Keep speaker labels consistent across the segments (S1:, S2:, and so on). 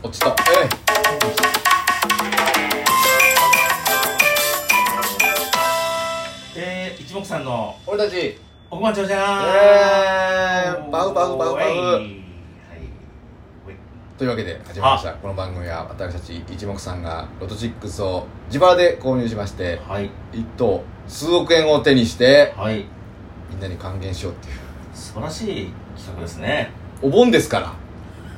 S1: 落ちた
S2: え
S3: えー、一目散の
S2: 俺たち
S3: 億万長者
S2: えーバウバウバウバウ
S3: おいはいおい
S2: というわけで始まりましたこの番組は私たち一目さんがロト6を自腹で購入しまして
S3: はい
S2: 一等数億円を手にして
S3: はい
S2: みんなに還元しようっていう
S3: 素晴らしい企画ですね
S2: お盆ですか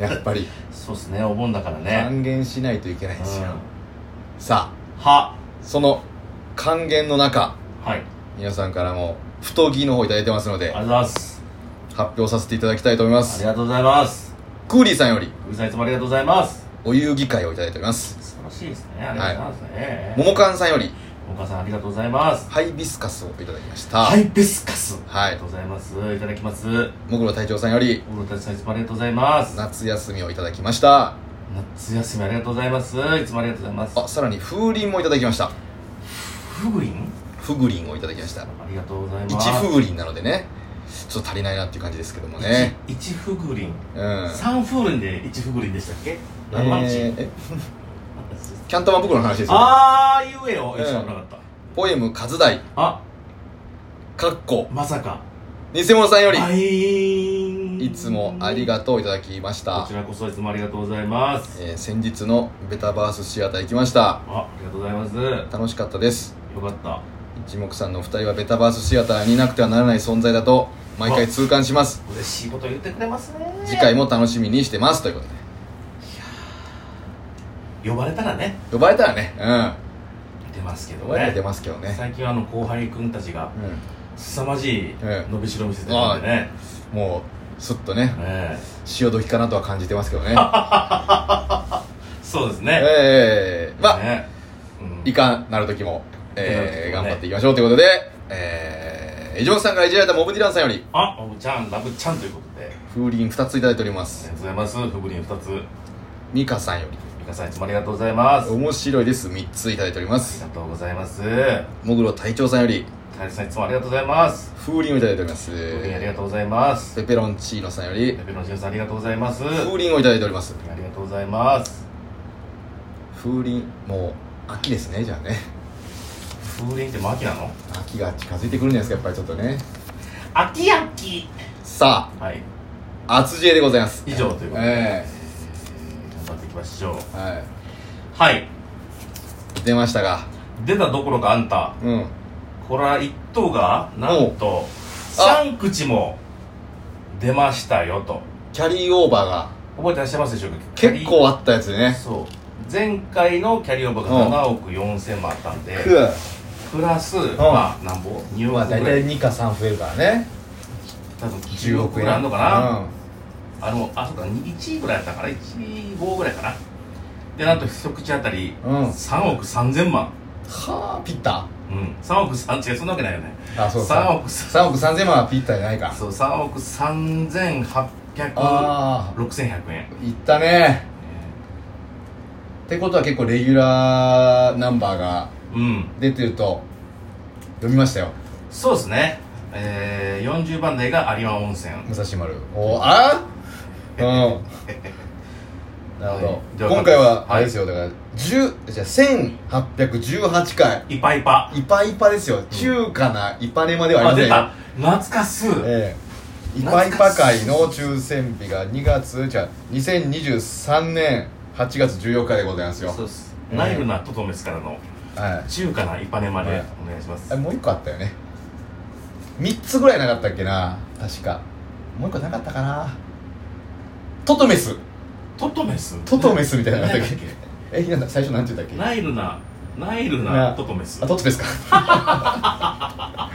S2: らやっぱり
S3: そうです ねお盆だからね
S2: 還元しないといけないんですよ、
S3: うん
S2: さ
S3: は
S2: あその還元の中
S3: はいあり
S2: 皆さんからも太着の方いただいてますので
S3: がとうございます
S2: 発表させていただきたいと思いま
S3: あ
S2: す
S3: りがとうございます
S2: クーリーさんより
S3: うるさんいつもありがとうございます
S2: お遊戯会をいただいております
S3: 素晴らしいですねありがとうございますね、
S2: ももかんさんより
S3: お母さんありがとうございます
S2: ハイビスカスをいただきました、
S3: ハイビスカス
S2: はい
S3: ありがとうございますいただきますお
S2: もぐろ隊長さんより
S3: ろたちさんいつもありがとうございます
S2: 夏休みをいただきました
S3: 夏休みありがとうございますいつもありがとうございます
S2: あさらに風鈴もいただきました
S3: フグリン
S2: フグリンをいただきました
S3: ありがとうございます
S2: 一フグリンなのでねちょっと足りないなっていう感じですけどもね
S3: 一一フグリン
S2: うんあ
S3: 三フールンで一フグリンでしたっけ
S2: の
S3: マジ
S2: えキャンタマ袋の話ですよ
S3: あー言えよ
S2: ええ
S3: え知らなかった
S2: ポエム「数代
S3: あ」
S2: かっこ
S3: まさか
S2: 偽物さんより
S3: バイーン
S2: いつもありがとういただきまし
S3: こ
S2: た
S3: ち、らこそいつもありがとうございます
S2: えー先日のベタバースシアター行きました
S3: あありがとうございますよ
S2: 楽しかったです
S3: かった
S2: 一目さんのお二人はベタバースシアターになくてはならない存在だと毎回痛感します
S3: 嬉しいこと言ってくれますね
S2: 次回も楽しみにしてますということで
S3: 呼ばれたらね
S2: 呼ばれたらねう
S3: 出ますけど
S2: ん呼
S3: ね
S2: ばれたら出ますけどね
S3: 最近はあの後輩くんたちが
S2: う
S3: 凄まじい
S2: ええ
S3: 伸びしろ見せてるんでね、
S2: んもうすっとね
S3: ええ
S2: 潮時かなとは感じてますけ どね
S3: そうですね、
S2: ええまあ
S3: ねうん
S2: いかんなる時もええ
S3: いか
S2: 頑張
S3: んな
S2: っ
S3: る時もね
S2: ていきましょうということでええ伊上さんがいじられたモブディランさんより
S3: あおぶちゃんラブちゃんということであり
S2: 風鈴2ついただいておりま
S3: が
S2: す
S3: とうございますフグリン2つ
S2: ミカさんより
S3: 美香さんいつもありがとうございますあ
S2: 面白いです3ついただいておりま
S3: り
S2: す
S3: がとうございます
S2: もぐろ隊長さんより
S3: カエルさんいつもありがとうございます
S2: 風鈴をいただいております
S3: フグリンありがとうございます
S2: ペペロンチーノさんより
S3: ペペロンシュンさんありがとうございますあ
S2: 風鈴をいただいております
S3: りがとうございます
S2: 風鈴もう秋ですねじゃあね
S3: 風鈴ってもう秋なの
S2: 秋が近づいてくるんじゃないですかやっぱりちょっとね
S3: 秋秋
S2: さ
S3: はい
S2: あ厚知恵でございます
S3: 以上ということで、
S2: え
S3: 頑張っていきましょう
S2: えは
S3: はい
S2: い出ましたが
S3: 出たどころかあんた
S2: うん
S3: これは一等がなんと
S2: おあ
S3: 3口も出ましたよと
S2: キャリーオーバーが
S3: 覚えてらっしゃいますでしょうか
S2: 結構あったやつでね
S3: そう前回のキャリーオーバーが7億4千万あったんで
S2: く
S3: プラスまあなんぼ2億
S2: まあ
S3: ぐ
S2: 大
S3: らい
S2: 体2か3増えるからね
S3: 多分10億ぐらいあるのか
S2: うん
S3: なあのあそうか1位ぐらいだったから15ぐらいかなでなんと一口当たり
S2: うん
S3: 3億3千万
S2: はあピッタ
S3: うん3億3千そんなわけないよね
S2: あそう
S3: 3億
S2: 3億3000万はピッタじゃないか
S3: そう3億3800
S2: あ
S3: 6100円
S2: あいったねってことは結構レギュラーナンバーが
S3: うん
S2: 出てると読みましたよ
S3: そうですねえー、40番台が有馬温泉
S2: 武蔵丸おおあうん なる
S3: は
S2: ほ
S3: いで
S2: ど
S3: は
S2: 今回は
S3: はい
S2: あれですよだから10じゃあ1818回
S3: いっぱいいっぱ
S2: イパイパですよ中華なイパネマではありません
S3: あ出
S2: よ
S3: た懐かす
S2: ええイパ
S3: 懐
S2: イ
S3: か
S2: パ
S3: し
S2: 会
S3: い
S2: の抽選日が2月じゃあ2023年8月14日でございますよ
S3: そうです
S2: うん
S3: ナイルなトトメスからの
S2: はい
S3: 中華なイパネまで
S2: はい
S3: お願いします
S2: あもう一個あったよね3つぐらいなかったっけな確かもう一個なかったかなトトメス
S3: トトメス
S2: トトメスみたいなのあったっけ
S3: 何だ
S2: えひなた最初なんて言ったっけ
S3: ナイルなナイル
S2: な
S3: なトトメス
S2: あトトメス かあ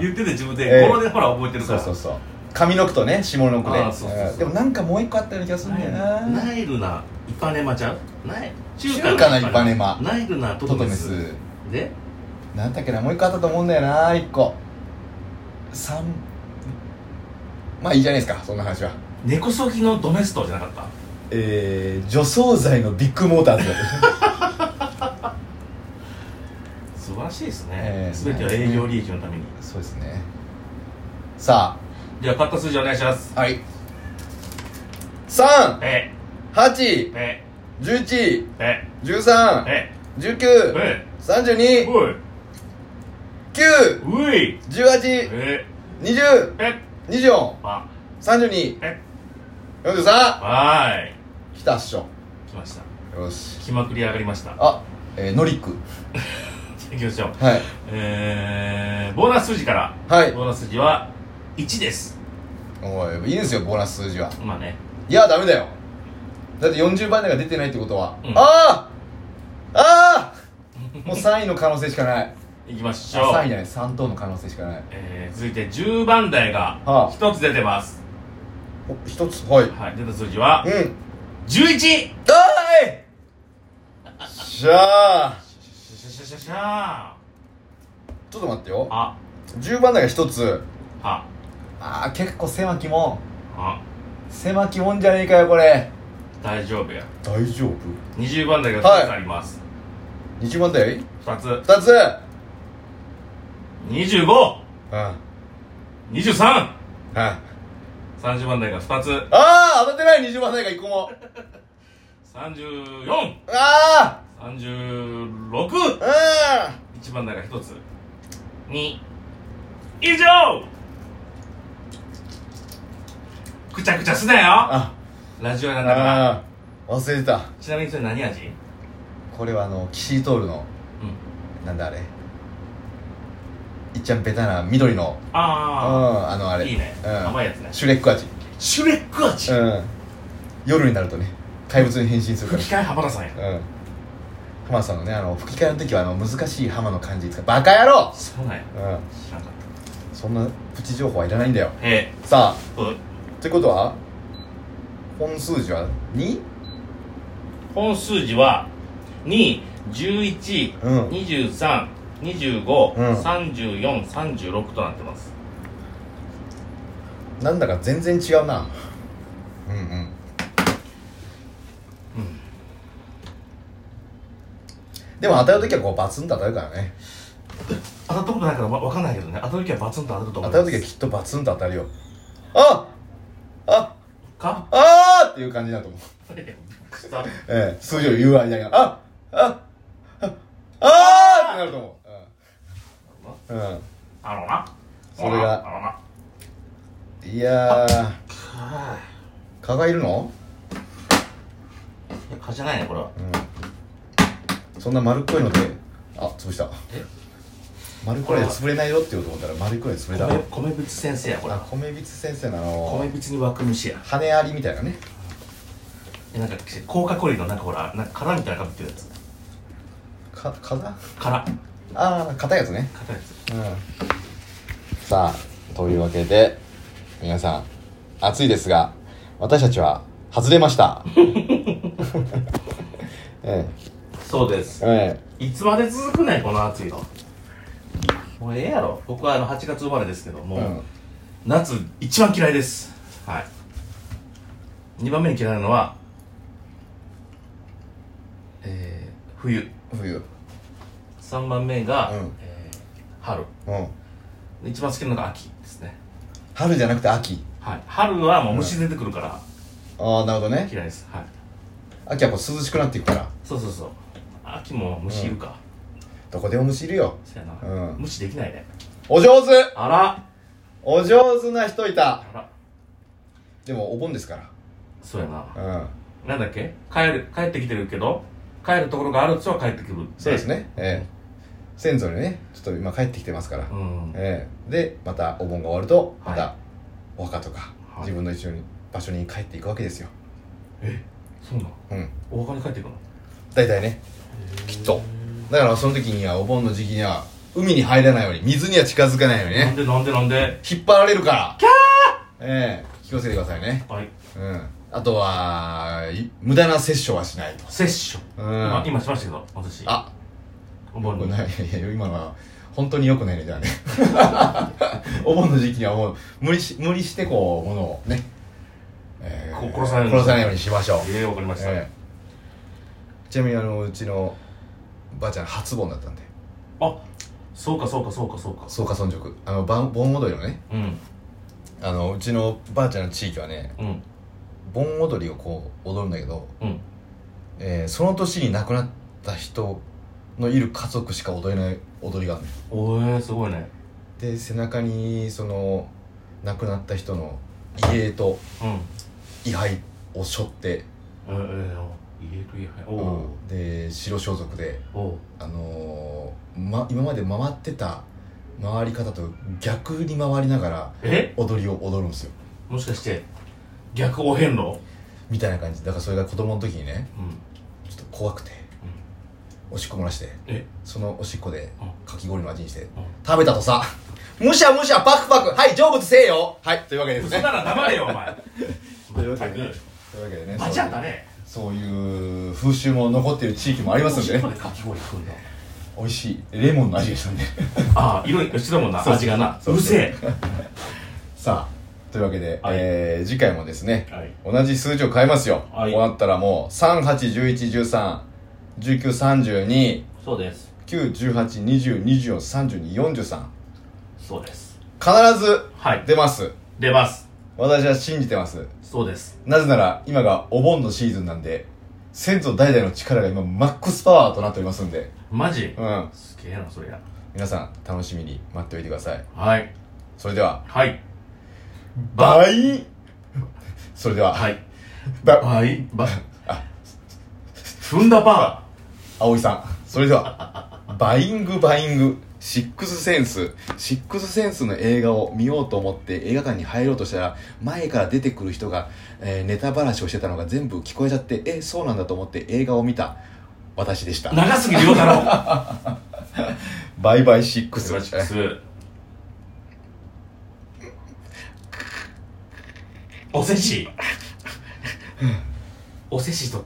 S2: ー
S3: 言ってて自分
S2: ええ
S3: でこれでほら覚えてるか
S2: そう
S3: ら
S2: そうそう上の句とね下の句で
S3: あーそうそうそう
S2: うんでもなんかもう一個あったような気がするんだよ
S3: ナイ
S2: な
S3: ルナイルなイパネマちゃんナイ
S2: 中華なイパネマ
S3: ナイルなト
S2: ト
S3: ト
S2: ト
S3: メ
S2: メ
S3: ス
S2: ス
S3: で
S2: なんだっけなもう一個あったと思うんだよな一個三まあいいじゃないですかそんな話は
S3: 根こそぎのドメストじゃなかった
S2: えー、除草剤のビッグモーター ズ
S3: 素晴らしいです
S2: え
S3: ね
S2: え
S3: 全ては営業利益のために
S2: そうですねさ
S3: では買った数字お願いします
S2: あはい三
S3: え
S2: 8
S3: ね
S2: 11
S3: ね
S2: 13
S3: ね
S2: 19
S3: ね
S2: 32
S3: おい
S2: 9
S3: うい
S2: 18
S3: え
S2: 20
S3: え
S2: 24
S3: ま
S2: 32
S3: え
S2: 43
S3: わーい
S2: 来たっしょ
S3: 来ました
S2: よし
S3: 気まくり上がりました
S2: あえー、ノリック
S3: 行きましょう
S2: はい
S3: えー、ボーナス数字から、
S2: はい
S3: ボーナス数字は1です
S2: おいいいんですよボーナス数字は
S3: まあね
S2: いやダメだよだって40番台が出てないってことは、
S3: うん
S2: ああああもう3位の可能性しかない
S3: いきまし
S2: 3
S3: ょ
S2: 位
S3: う、
S2: じゃない3等の可能性しかない
S3: えー、続いて10番台が
S2: はあ
S3: 1つ出てます、
S2: お一つはいうん
S3: はい出た数字は11シャ
S2: あーいしゃあ
S3: シャシャシャシャ
S2: ちょっと待ってよ
S3: あ
S2: 10番台が一つ
S3: は
S2: ああ結構狭きもん
S3: あ
S2: 狭きもんじゃねえかよこれ
S3: 大丈夫や
S2: 大丈夫
S3: 20番台が2つあります、
S2: 20番台
S3: 2つ
S2: 2つ
S3: 25
S2: うんはい
S3: 23
S2: あ
S3: 30番台が2つ
S2: あー当たってない20番台が1個も
S3: 3436
S2: ああ
S3: 1
S2: うん
S3: 番台が1つ2以上くちゃくちゃすなよ
S2: あ
S3: ラジオなんだから
S2: あー忘れてた
S3: ちなみにそれ何味うん
S2: これはあの岸井徹のなんだあれいっちゃんベタな緑のうん
S3: あ
S2: あのあ
S3: あ
S2: れ
S3: いいね
S2: うん
S3: 甘いやつね
S2: シュレック味
S3: シュレック味
S2: うん夜になるとね怪物に変身するか
S3: 吹き替え浜田さんや
S2: らうん浜田さんのねあの吹き替えの時はあの難しい浜の漢字使うバカ野郎
S3: そうなんや
S2: うん
S3: 知らんかっ
S2: そんなプチ情報はいらないんだよ
S3: たへえ
S2: さあ
S3: そう
S2: ってことは本数字は 2?
S3: 本数字は2 11、
S2: うん
S3: 23、25、
S2: うん
S3: 34、36となってます。
S2: なんだか全然違うなうんうんでも当たるときはこうバツンと当たるからね
S3: 当たったことないからわわかんないけどね、当たる時はバツンと当たると
S2: 当
S3: 思い
S2: たる
S3: ます。
S2: ときはきっとバツンと当たるよああ
S3: か
S2: あーっていう感じだと思う、
S3: さ
S2: ええ、数字を言う間にああああーってなると思ううん、うん
S3: あのな。
S2: それが
S3: あのな。
S2: いやー
S3: か
S2: 蚊がいるの
S3: いや、かじゃないね、これは。
S2: そんな丸っこいのであ潰した
S3: え
S2: 丸っこいので潰れないよって言おうと思ったら丸っこいので潰れた
S3: 米、米ぶち先生や、これ
S2: あ
S3: は。
S2: 米びつ先生のあの
S3: 米ぶちに湧く虫や。
S2: 羽ありみたいなね
S3: えなんか、甲殻類のなんかほら、なんか殻みたいなの被ってるやつ。
S2: か蚊だ
S3: 殻。
S2: ああ硬いやつね
S3: 硬いやつ。
S2: うんさあというわけで皆さん暑いですが私たちは外れました え
S3: そうです。
S2: ええ
S3: いつまで続くねんこの暑いのもうええやろ僕はあの8月生まれですけども、
S2: えうん
S3: 夏一番嫌いですはい2番目に嫌いなのはえー、冬
S2: 冬
S3: 3番目が、
S2: うん
S3: えー春
S2: うん
S3: 一番好きなのが秋ですね
S2: 春じゃなくて秋
S3: はい春はもう虫出てくるから
S2: ああなるほどね
S3: 嫌いですはい
S2: 秋はこう涼しくなっていくから
S3: そうそうそう秋も虫いるか、
S2: どこでも虫いるよ
S3: そやな、
S2: うん
S3: 無視できないね
S2: お上手
S3: あら
S2: お上手な人いた
S3: あら
S2: でもお盆ですか
S3: そうやな
S2: らうん
S3: なんだっけ帰る帰ってきてるけど帰るところがある人は帰ってくる
S2: そうですねええ先祖にねちょっと今帰ってきてますから
S3: うん
S2: ええでまたお盆が終わると
S3: は
S2: ま
S3: い
S2: たお墓とか、
S3: はい
S2: 自分の一緒に場所に帰っていくわけですよ
S3: えそうなの
S2: うん
S3: お墓に帰ってくの
S2: 大体ねきっとだからその時にはお盆の時期には海に入らないように水には近づかないように
S3: なん
S2: ね
S3: でなんでなんで
S2: 引っ張られるからキャーええ気をつけてくださいね
S3: はい
S2: うんあとはい無駄な殺生はしないと
S3: 摂取
S2: うん
S3: 今今しましたけど私
S2: あ
S3: お盆
S2: これ
S3: に
S2: ないいやいや今のは本当に良くないねじゃあね お盆の時期にはもう無理し無理してこうものをね、え
S3: こ殺さないように
S2: 殺さないようにしましょう、
S3: ええわかりました、
S2: ええちなみにあのうちのばあちゃん初盆だったんで
S3: あそうかそうかそうかそうか
S2: 草加村塾あのばん盆踊りのね
S3: うん
S2: あのうちのばあちゃんの地域はね
S3: うん
S2: 盆踊りをこう踊るんだけど、
S3: うん
S2: えーその年に亡くなった人のいる家族しか踊れない踊りがある
S3: おえすごいね
S2: で背中にその亡くなった人の遺影と
S3: うん
S2: 位牌を背負って、
S3: ええええ言えと言えおう
S2: うんで白装束で、
S3: おう
S2: あのーま、今まで回ってた回り方と逆に回りながら
S3: え
S2: 踊りを踊るんですよ
S3: もしかして逆お遍路
S2: みたいな感じだからそれが子供の時にね
S3: うん
S2: ちょっと怖くておしっこ漏らして
S3: え
S2: そのおしっこでかき氷の味にして
S3: うん
S2: 食べたとさむしゃむしゃパクパクはい成仏せえよはいというわけです
S3: 嘘
S2: ね
S3: なら黙れよお前
S2: というわけ
S3: 全
S2: でね
S3: く
S2: というわけでね
S3: バチャったね
S2: そういう風習も残ってる地域もありますんで
S3: おしっ
S2: ね
S3: こかき氷食うんだ
S2: 美味しいレモンの味がしたんで
S3: ああ色一緒だもんな
S2: そう
S3: 味がな
S2: そうう
S3: るせ
S2: さあというわけで、
S3: はい
S2: えー次回もですね
S3: えはい
S2: 同じ数字を変えますよ、
S3: はい
S2: こうなったらもう3811131932
S3: そうです
S2: 9 1 8 2 0 2 4 3 2 4 3
S3: そうです
S2: 必ず
S3: はい
S2: 出ます
S3: 出ます
S2: 私は信じてます
S3: そうです
S2: なぜなら今がお盆のシーズンなんで先祖代々の力が今マックスパワーとなっておりますんで
S3: マジ
S2: うん
S3: すげえなそれや
S2: 皆さん楽しみに待っておいてください
S3: はい
S2: それでは
S3: はい
S2: バイ それでは、
S3: はい
S2: バイ
S3: はいば踏んだば
S2: 葵さんそれではバイングバイングシックスセンスシックスセンスの映画を見ようと思って映画館に入ろうとしたら前から出てくる人が、えーネタばらしをしてたのが全部聞こえちゃってえそうなんだと思って映画を見た私でした
S3: 長すぎるよだろ
S2: バイバイシックス
S3: しくおせちおせちと